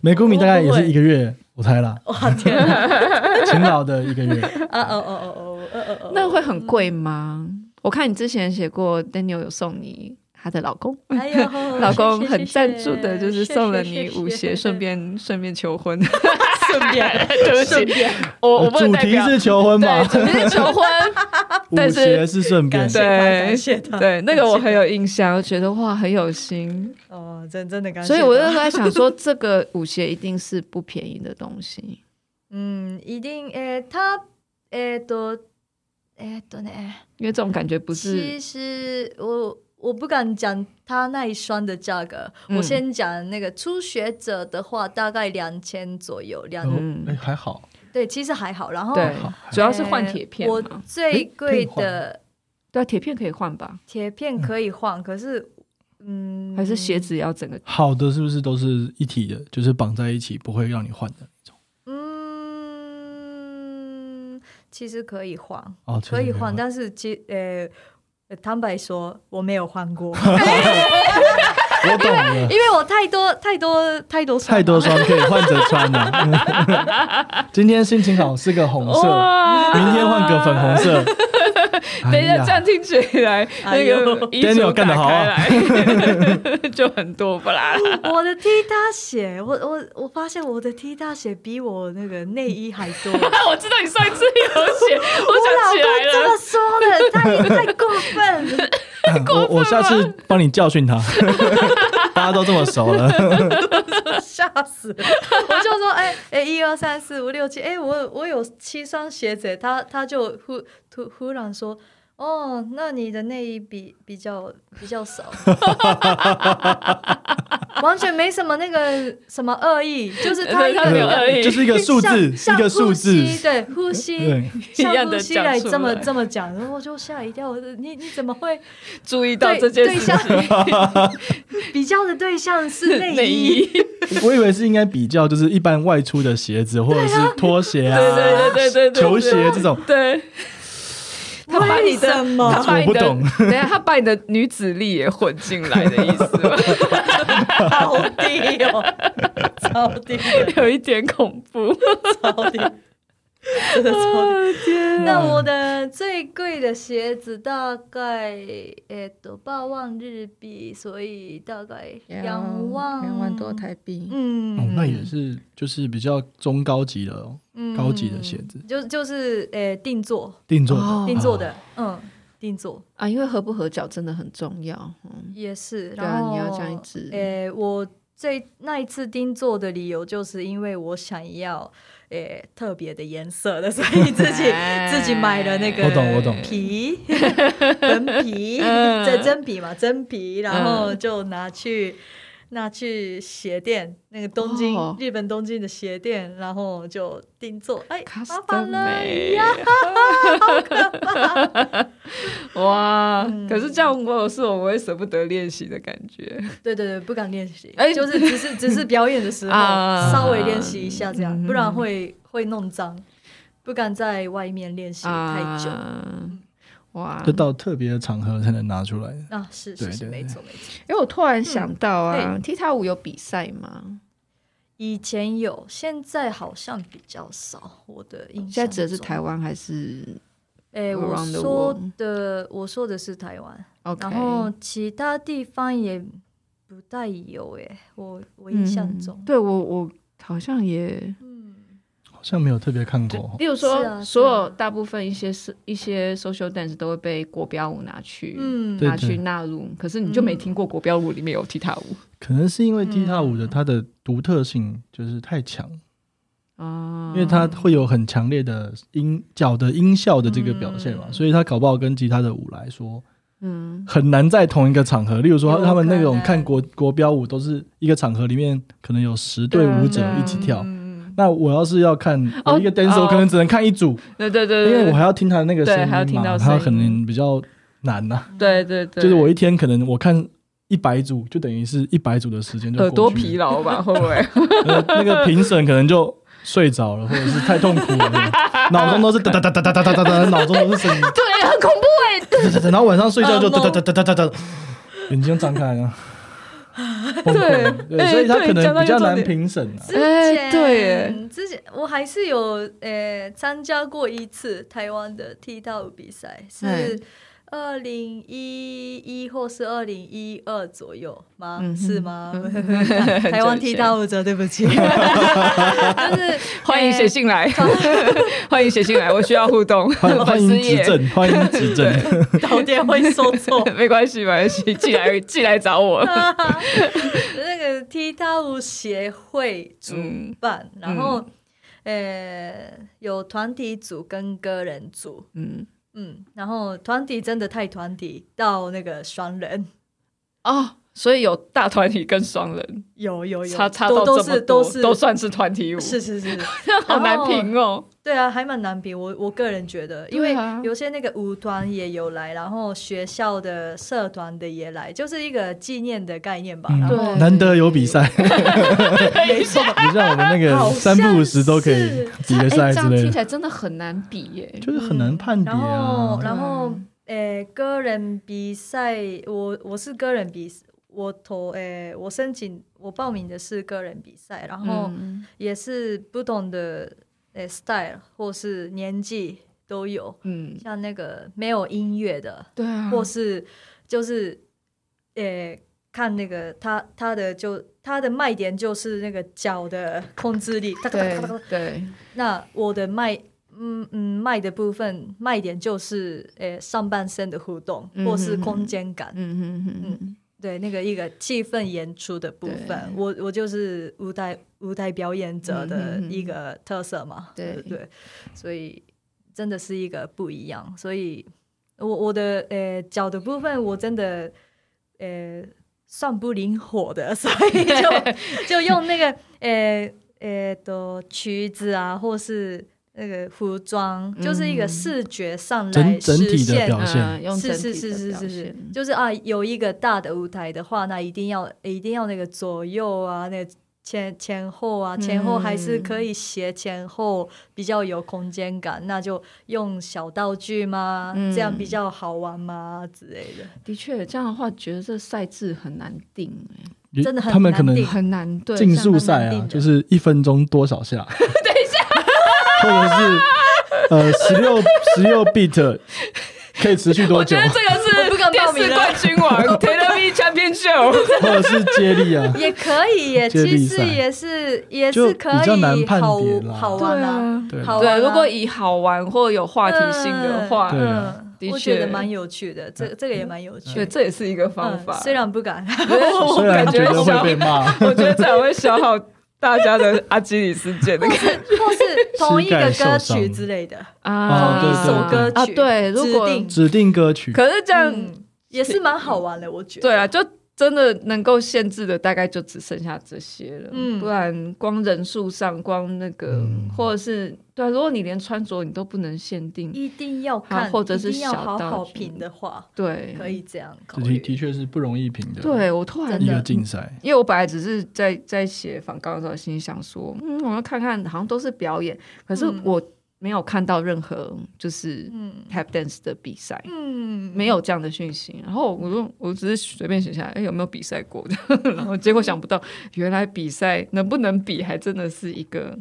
美谷米大概也是一个月，我猜啦。哇天，
啊
勤劳的一个月，
啊哦哦哦哦哦哦哦，
那会很贵吗？我看你之前写过，Daniel 有送你她的老公，
哎呦，
老公
谢谢
很赞助的，
谢谢
就是送了你
谢谢
舞
谢谢
鞋，顺便顺便求婚。
顺便
对
顺
不起，
便
我我不能
哦主
代
题
表。
是求婚嘛
对，， 主题是求婚，
舞
但是
鞋是顺便
感。谢他，感谢他，
对那个我很
有
有印象，我觉得哇很有心，
哦，真真的感谢
所
他，
以我就在想说，这个舞鞋一定是不便宜的东西。
嗯，一定诶，他诶都诶都呢，
因为这种感觉不是
其实我我不敢讲他那一双的价格，
嗯
我先讲那个初学者的话，大概两千左右，两、
嗯
哦哎，还好，
对，其实还好。然后
对
哦好，
主要是换铁片
呃我
嘛。
最贵
可以
的
对啊，铁片可以换吧？
铁片可以换，可是嗯，
还是鞋子也要整个？
好的是不是都是一体的，就是绑在一起，不会让你换的那种？
嗯，其实可以换，
哦，
可以换，
的。
但是其呃。坦白说，我没有换 过，
我懂了
因。为我太多太多太多双
太
了
多双可以换着穿了、 今天心情好是个红色，
哇
明天换个粉红。色。
等一
哎
下，
呀
这样听起来
哎
那
呦
个衣橱
Daniel
打
干得好
开
啊
来 就很多不啦啦。
我的踢踏鞋，我我我发现我的踢踏鞋比我那个内衣还 多。我
我知道你上一次有写，我
老
想起
公
来
这
了
么。说的，太太过分了。
我我下次帮你教训他。 大家都这么熟了，
吓死 了！我就说，哎、哎，一二三四五六七，哎，我我有七双鞋子，他他就忽突忽然说，哦，那你的内衣比比较比较少， 完全没什么那个什么恶意，就是他
对
一
他没有恶
个
意
就是一个数字，
像
一个数字
像呼。吸对呼吸。
对，
一
像
样
呼
的
吸
讲
来
出
这么
来
这么讲，然后我就吓一跳，我说你你怎么会
注意到
对
这件
对
事
象
情，
比较的对 象是
内 衣，
我以为是应该比较，就是一般外出的鞋子或者是拖鞋啊、
对对对对对对，
球鞋这种，
对。他把你的
为什，么
他把你
我不
的，
懂
等一下他把你的女子力也混进来的意思 吗，
好低哦，超低的，
有一点恐怖。
超低，真的超低。
啊天
那我的最贵的鞋子大概，诶，都八万日币，所以大概两万，
币，
哦
嗯，，
那也是就是比较中高级的、哦，
嗯
高级的鞋子，
就就是诶定做
定做的，啊
哦
定做的，嗯，定做
啊，因为合不合脚真的很重要。嗯
也是。
对啊
然后
你要这样一直
诶，我最那一次定做的理由，就是因为我想要诶特别的颜色的，所 以自己
哎
自己买了那个
我懂我懂
皮本皮，
嗯
这真皮嘛，真皮，然后就拿去。那去鞋店，那个东京、
哦
日本东京的鞋店，然后就定做，哎，麻
custom
烦了呀，
哇！
嗯
可是这样，我有是我会舍不得练习的感觉。
对对对，不敢练习，
哎
就是只是只是表演的时候
啊
稍微练习一下这样，
嗯
不然会会弄脏，不敢在外面练习太久。
啊哇！
就到特别的场合才能拿出来。
啊，是是
对对
是，
对
没错没错。
哎因为我突然想到
嗯
啊，踢踏舞有比赛吗？
以前有，现在好像比较少。我的印象中，
现在指的是台湾还是
哎，我
around the
说
world
的我说的是台湾，
OK？
然后其他地方也不太有哎，我我印象中
嗯，对我我好像也，
嗯，
好像没有特别看过哦，
例如
是啊是
说，
啊
所有大部分一些是一些 social dance 都会被国标舞拿去。
嗯
对
拿去纳入，可是你就没听过国标舞里面有踢踏舞
可能是因为踢
嗯
踏舞的它的独特性就是太强，
啊
因
嗯
为它会有很强烈的音脚的音效的这个表现嘛，
嗯
所以它搞不好跟其他的舞来说
嗯
很难在同一个场合。例如说，
有
他们那
可
种
能
看国国标舞都是一个场合里面可能有十对
对啊
舞者
对啊
一起跳。
嗯
那我要是要看
哦
我一个 dancer，
哦
我可能只能看一组，
对对对
因
对，
为我还要听他那个
对
声音
还要听
嘛
到
他
声
可
音
能比较难呐、
对对对，
就是我一天可能我看一百组，就等于是一百组的时间就
耳朵
过去
疲劳吧，会不会？
呃那个评审可能就睡着了，或者是太痛苦 了，脑中都是哒哒哒哒哒哒哒哒，脑中都是声音，
对，很恐怖哎、
哒哒哒哒然后晚上睡觉就
噩
哒哒
梦
哒哒哒哒哒，眼睛张开了。崩溃
对
对，所以他
哎对
可
讲
能
到一
比较
个重
难
点
评审啊。
之
哎
前
对耶
之前我还是有呃参加过一次台湾的踢踏舞比赛，
哎
是二零一一或是二零一二左右吗？
嗯哼
是吗？
前
嗯台湾踢踏舞者，对不 起，就是
欢迎写。
呃
信来， 欢迎写信来，我需要互动，
欢
粉
欢
丝
迎指
也
正，欢迎指正。
导电会收错，
没关系，没关系，寄来寄来找我。
那个踢踏舞协会主
嗯
办，然后、呃有团体组跟个人组，
嗯，
嗯，然后团体真的太团体到那个双人，
哦，所以有大团体跟双人，
有有有，
差差
都
到
都
这么
是
多，
都是
都算是团体舞，
是是是，
好难评哦。
对啊，还蛮难比。我我个人觉得，因
对
为
啊
有些那个舞团也有来，然后学校的社团的也来，就是一个纪念的概念吧。
嗯
然后
对
难得有比赛，
没错，
你像我们那
好
个
像
三不五时都可以
是
比个赛
这
之
样
类
听起
的，
来真的很难比耶。
就是很难判别
然
啊
后。然后呃，个人比赛，我我是个人比，我投呃，我申请我报名的是个人比赛，然后。
嗯
也是不同的呃 style 或是年纪都有，
嗯，
像那个没有音乐的，
对啊，
或是就是呃看那个他他的就他的卖点就是那个脚的控制力，哒哒哒
对
哒哒哒
对，
那我的卖。嗯嗯，卖的部分卖点就是呃上半身的互动，
嗯
或
嗯
是
嗯
空间感，
嗯嗯嗯，
对那个一个气氛演出的部分，我我就是舞台舞台表演者的一个特色嘛，
对
对对，所以真的是一个不一样。所以我我的呃脚的部分，我真的呃算不灵活的， 所以就就用那个呃呃的裙子啊，或是那个服装，就是一个视觉上来
整整体的
实现
表现
嗯用
是
整
是
体
是
的
是
表
是是
现，
就是啊，有一个大的舞台的话，那一定要一定要那个左右啊，那个前前后啊，前后还是可
嗯
以斜前后，比较有空间感。那就用小道具吗？
嗯
这样比较好玩吗？之类的。
的确，这样的话，觉得这赛制很难定哎。
也
真的很
他们可能
难定
很难对
竞速
像他们
赛
定
啊
的，
就是一分钟多少下，等一下，或者是呃十六十六 beat 可以持续多
我
久
觉，得这个是
我不敢报名
电视
了
冠军王 Taylor V Champion Show，
或者是接力啊，
也可以 耶，
接
其
力
实
赛
也是也
就是比
可以
较难判
好
别啦
好玩啊，
对
好玩啊
对，如果以好玩或有话题性的话，
对啊
嗯，
的
我
确
觉得蛮有趣的，这这个也蛮有趣
对，
的。
这也是一个方法。
嗯，虽然 不敢，
我
虽然
感
觉得会
消，
被骂，
我觉得这样会消耗大家的阿基里斯腱的
或是或是同一个
膝
歌
盖受
曲
伤
之类的，
啊
哦对对对
啊，
啊
对，
对
如
如
果
果
指定歌曲，
可是这样，
嗯也是蛮好玩的，我觉得。
对啊，就真的能够限制的大概就只剩下这些了，
嗯
不然光人数上，光那个、
嗯
或者是对啊、如果你连穿着你都不能限定，
一定要看，
好或者是
一定要
小
好
道
好
具
评的话，
对，
可以这样考
这题
虑。
的确是不容易评的，，
对我突然
一
真
个
的
竞赛，
因为我本来只是在在写访纲的时候，心里想说，嗯，我要看看，好像都是表演，可是
嗯
我没有看到任何就是
嗯
tap dance 的比赛，
嗯，
没有这样的讯息。然后我就我只是随便写下来，哎，有没有比赛过？ 然后结果想不到，原来比赛能不能比，还真的是一个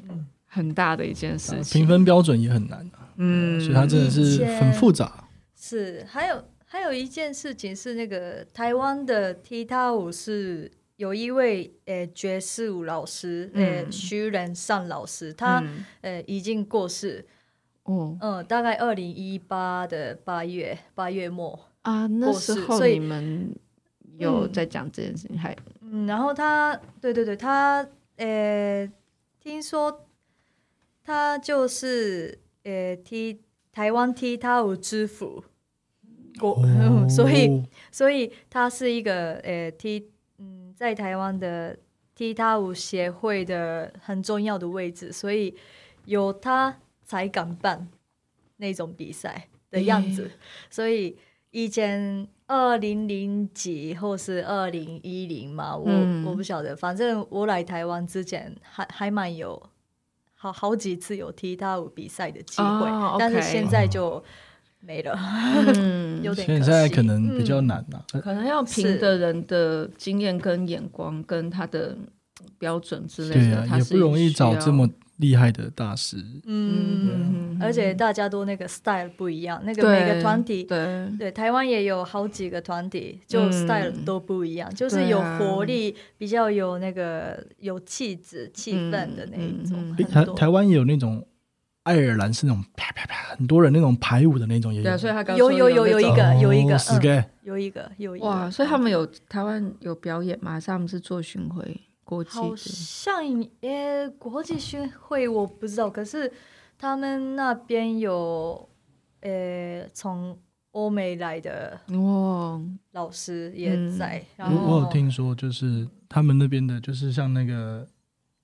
很大的一件事情。
啊嗯评，分标准也很难啊，
嗯，
所以它真的是很复杂。
是，还有还有一件事情是，那个台湾的踢踏舞是有一位呃爵士舞老师，呃
嗯
徐仁善老师，他、
嗯
呃已经过世，
哦
嗯、大概二零一八的八月八月末，
啊，那
过世
时候
所以
你们有
嗯
在讲这件事情，还
嗯，然后他，对对对，他，呃，听说他就是呃踢台湾踢踏舞之父，我、
哦
嗯 所以所以他是一个呃踢嗯在台湾的踢踏舞协会的很重要的位置，所以有他才敢办那种比赛的样子，
嗯
所以以前。二零零几或是二零一零嘛，我、
嗯
我不晓得，反正我来台湾之前还还蛮有好好几次有踢踏舞比赛的机会，
哦
但是
OK
现在就没了，
嗯
有点可惜。
现在可能比较难啊，
可能要凭
是
的人的经验跟眼光跟他的标准之类
对
的，
啊，
他
也
是
不容易
需
找
要
这么厉害的大师。
嗯
嗯，
而且大家都那个 style 不一样，那个
对
每个团体，
对
对台湾也有好几个团体，就
嗯
style 都不一样，就
对
是
啊
有活力，比较有那个有气质、气氛的那一
嗯嗯
种
嗯。
诶
很
台
多
台湾也有那种爱尔兰是那种啪啪啪，很多人那种排舞的那种也
对啊，
有。
所以他刚
有
说
有有
那
有一
种
个有一个
哦十个
有一个有一个，
哇，所以他们有台湾有表演吗？还是他们是做巡回国际
好
的？
像呃国际巡回我不知道，可是他们那边有呃从欧美来的
哇，
老师也
嗯
在，然
我我有
后
听说，就是他们那边的，就是像那个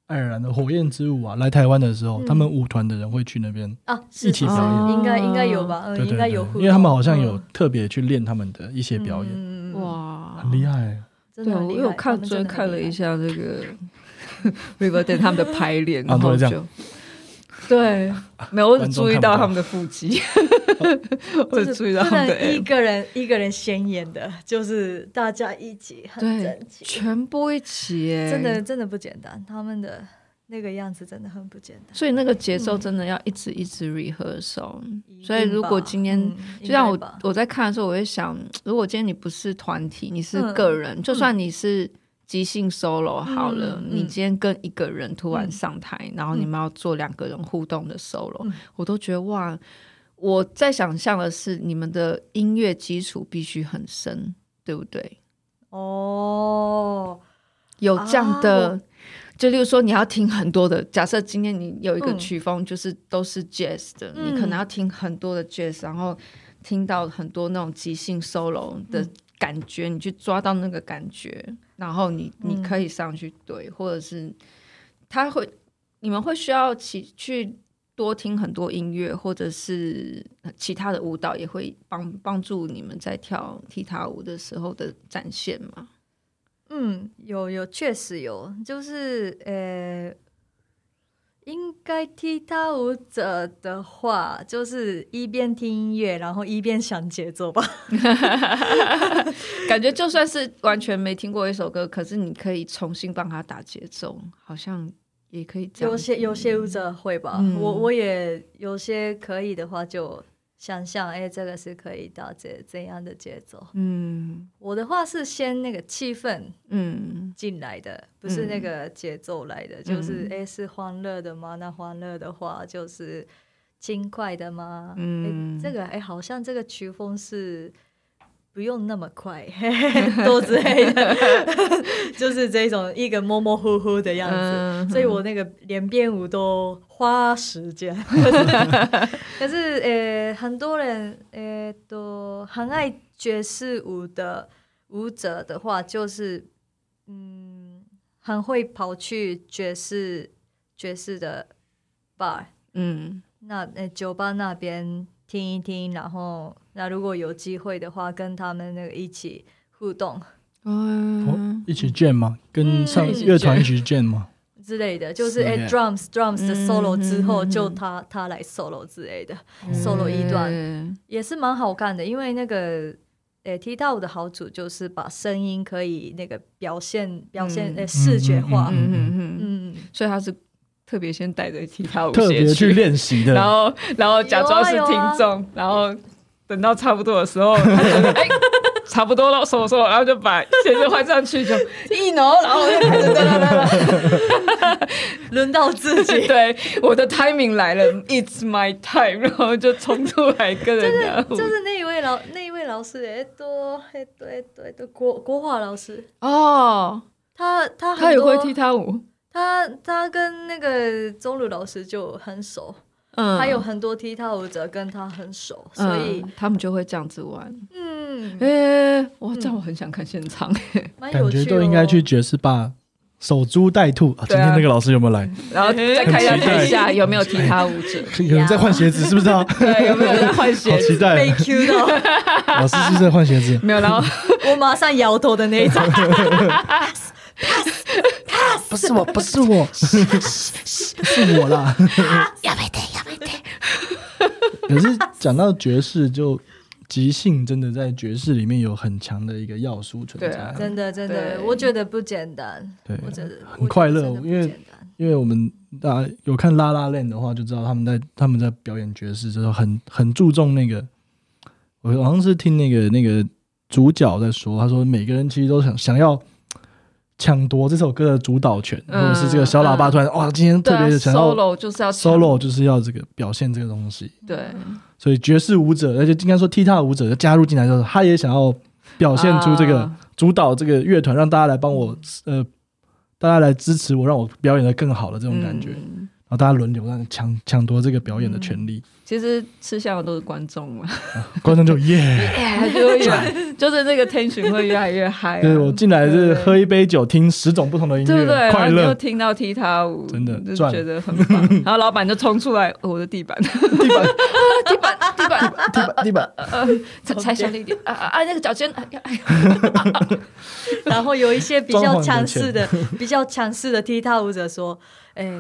爱尔兰的火焰之舞啊，来台湾的时候，
嗯
他们舞团的人会去那边，
啊
一
是
起
是
表演
应该
哦
应该有吧，
对
嗯，
对
应该
对，
有互动，
因为他们好像有
嗯
特别去练他们的一些表演，
嗯嗯嗯嗯
哇，
很厉
害！
害。
真
对，啊
的很
我
厉害
有看，
他们
昨天
真的
看
很
了
厉
一
害，
下这个 River d a n 他们的排练，
啊
然
都
后
会这
就
样
对，没有，我只
观众
注意
看不
到
到
他们的腹肌， 我只注意到
不
他们的
能
M
一个人一个人显眼的，就是大家一起很
对
整，齐，
全部一起耶，
真的。真的不简单，他们的那个样子真的很不简单。
所以那个节奏真的要一直一直 rehearsal。所以如果今天
嗯
就像
应该
我
吧
我在看的时候，我会想，如果今天你不是团体，你是
嗯
个人，就算你是即兴 solo 好了，
嗯嗯
你今天跟一个人突然上台，然后你们要做两个人互动的 solo，、
嗯
我都觉得哇，我在想象的是你们的音乐基础必须很深，对不对？
哦，
有这样
啊
的，
我
就例如说你要听很多的，假设今天你有一个
嗯
曲风就是都是 jazz 的，
嗯
你可能要听很多的 jazz，然后听到很多那种即兴 solo 的
嗯
感觉，你去抓到那个感觉，然后你你
嗯
可以上去对，或者是他会你们会需要去去。多听很多音乐，或者是其他的舞蹈，也会帮帮助你们在跳踢踏舞的时候的展现嘛？
嗯，有有，确实有，就是呃，应该踢踏舞者的话，就是一边听音乐，然后一边想节奏吧。
感觉就算是完全没听过一首歌，可是你可以重新帮他打节奏，好像也可以这样。
有些有些舞者会吧，
嗯
我我也有些可以的话就。想象，哎、这个是可以打这怎样的节奏？
嗯
我的话是先那个气氛
嗯
进来的，不是那
嗯
个节奏来的，就是
嗯
诶是欢乐的吗？那欢乐的话就是轻快的吗？
嗯
诶这个诶好像这个曲风是不用那么快， 多之类的， 就是这种一个模模糊糊的样子。
嗯
所以我那个连编舞都花时间， 可是呃，很多人呃都很爱爵士舞的舞者的话，就是嗯，很会跑去爵士爵士的 bar，
嗯，
那呃酒吧那边听一听，然后那如果有机会的话，跟他们那个一起互动
嗯
哦
哦，
一起 jam 吗？
嗯
跟上
一起
乐团一起 jam 吗？
之类的，就是
是
哎、
耶
drums drums 的 solo
嗯
之后，
嗯嗯
就他他来 solo 之类的，solo
哦
一段啊
嗯
也是蛮好看的，因为那个。诶，提到我的好处就是把声音可以那个表现表现
嗯
呃视觉化，
嗯嗯嗯，
嗯，
所以他是特别先带着踢踏舞
特别
鞋
去，练习
然
的，
后然后假装
啊
是听众，然后等到差不多的时 候，他觉得哎。差不多了，收收，然后就把鞋子换上去，就一挪，然后就开 始哒哒哒哒。
轮到自 己。
对，我的 timing 来了，It's my time，然后就冲出来跟人家舞。
就是那一位老那一位老师，哎，多哎多哎多哎多国国华老师，
哦，
他他
他
很
也会
多
踢踏舞，
他他跟那个钟乳老师就很熟，
嗯，
还有很多踢踏舞者跟他很熟，所以
嗯他们就会这样子玩。
嗯，
哎、哇，这样我很想看现场。欸
蛮有
感
趣
觉
哦。
都应该去爵士吧守株待兔啊。今
对啊
天那个老师有没有来？
然后再看一下台下有没有踢踏舞者，
有人在换鞋子，是不是 啊？
对，有没有在 换
好
鞋
期
子？
待啊
被，Q 到，
老师是不是在换鞋子？
没有，然 后
我马上摇头的那一种。
不是 我，不是我，是我 啦。可是讲到爵士，就即兴真的在爵士里面有很强的一个要素存
对啊
在，
真的真的，
对
我觉得不简单，
对
我觉得
很快乐
我觉得真的不
因为
简单
因为我们大家有看《拉拉链》的话，就知道他们在他们在表演爵士，就是很很注重那个。我好像是听那个那个主角在说，他说每个人其实都想想要抢夺这首歌的主导权，
嗯
或者是这个小喇叭突然哇，今天
对
特
啊
别的想要
，solo 就是要唱
solo 就是要这个表现这个东西，
对，
所以爵士舞者，而且应该说踢踏舞者就加入进来之后，他也想要表现出这个、
啊
主导这个乐团，让大家来帮我，呃，大家来支持我，让我表演的更好的这种感觉，
嗯
然后大家轮流让抢抢夺这个表演的权利，
其实吃香的都是观众嘛，
观众就 耶。
哎，就会越 就是那个 tension 会越来越嗨、啊。
对我进来是
对
喝一杯酒，听十种不同的音
对不对？
乐，
然
快
后你又
乐。
听到踢踏舞，
真的
就
赚
觉得很棒。然后老板就冲出来，哦我的地板，
地板
地板，地板，
地板地板，
呃，踩踩小了一点，啊啊啊，那个脚尖，哎呀哎呀
然后有一些比较强势的
装、
比较强势的踢踏舞者说：“哎，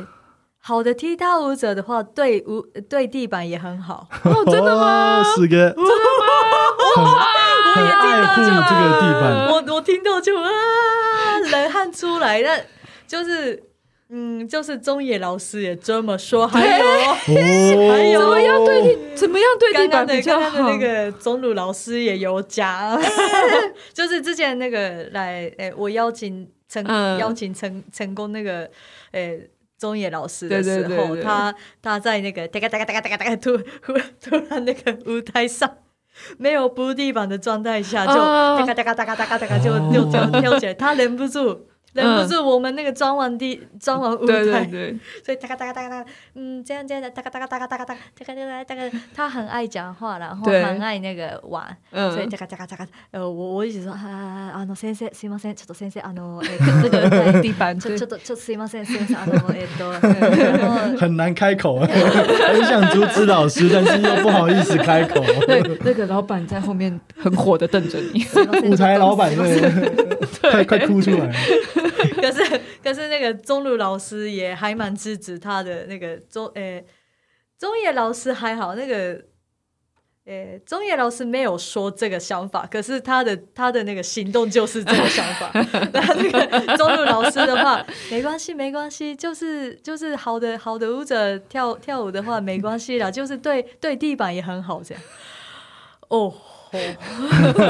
好的踢踏舞者的话，对舞对地板也很好。
哦，真的吗？
哦是个很很爱护这个地板，
我我听到就啊，冷汗出来。但就是，嗯，就是中野老师也这么说。还有
哦，
还有，
哎怎么样对地，怎么样对地板
刚刚
比
的
较
刚
好？
刚的那个钟乳老师也有 讲，就是之前那个来，诶、我邀请成、
嗯
邀请成成功那个，诶、中野老师的
对对
时候，
对对
他他在那个哒嘎哒嘎哒嘎哒嘎哒突突突然那个舞台上。没有铺地板的状态下，就
哦
哒嘎哒嘎哒嘎哒嘎哒嘎就
哦
就就跳起来， 他忍不住，忍不住我们那个装完地装完舞
嗯对对
台，
对，
所以哒嘎哒嘎哒嘎，嗯，这样这样的哒嘎哒嘎哒嘎哒嘎哒哒嘎哒嘎哒嘎，他很爱讲话，然后
对
很爱那个玩，所以
嗯
哒，嘎哒嘎哒嘎，呃，我我一直说啊あの先生すいません、ちょっと先生あのえ这个在
地板
ちょ
对
ちょ。っとちょっとすいません、先生あのえっと，然后
很难开口，很想阻止老师，但是又不好意思开口。
对，那个老板在后面很火的瞪着你，
すいません
舞台老板对，快快哭出来了。
可是可是那个钟乳老师也还蛮支持他的那个钟诶，钟野老师还好，那个诶钟野老师没有说这个想法，可是他的他的那个行动就是这个想法。然后那个钟乳老师的话，没关系没关系，就是就是好的好的舞者跳跳舞的话没关系啦，就是对对地板也很好这样。哦吼。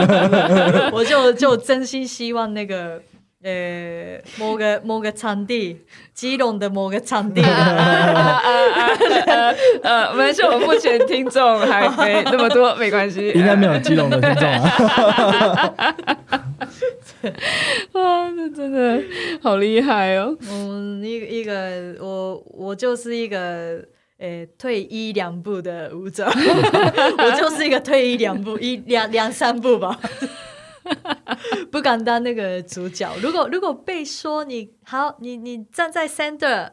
我就就真心希望那个呃某个某个场地，基隆的某个场地，
呃，没事，我目前听众还没那么多，没关系，
应该没有基隆的听众啊。
啊，那真的好厉害哦！
嗯，一个一个我我就是一个。呃，退一两步的舞者，我就是一个退一两步，一两两三步吧。 不敢当那个主角。如果如果被说你好，你你站在 center，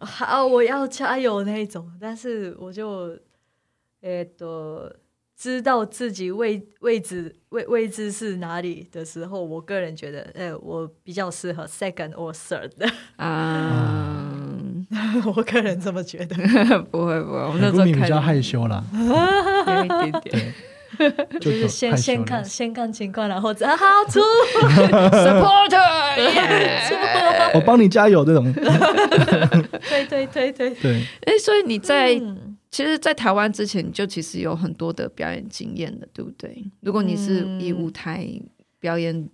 好，我要加油那一种，但是我就，呃，都知道自己位位置位位置是哪里的时候，我个人觉得，呃，我比较适合 second or third，
啊。
我个人这么觉得。
不会不会，我那时
如
候
你比
看
较害羞啦，
有一点点
就
就是先
害羞
先
了
看先看情况，然后再啊好 出
supporter，耶
我帮你加油这种，
对对对对，
对，
哎，所以你在
嗯
其实，在台湾之前，你就其实有很多的表演经验的，对不对？如果你是以舞台表演，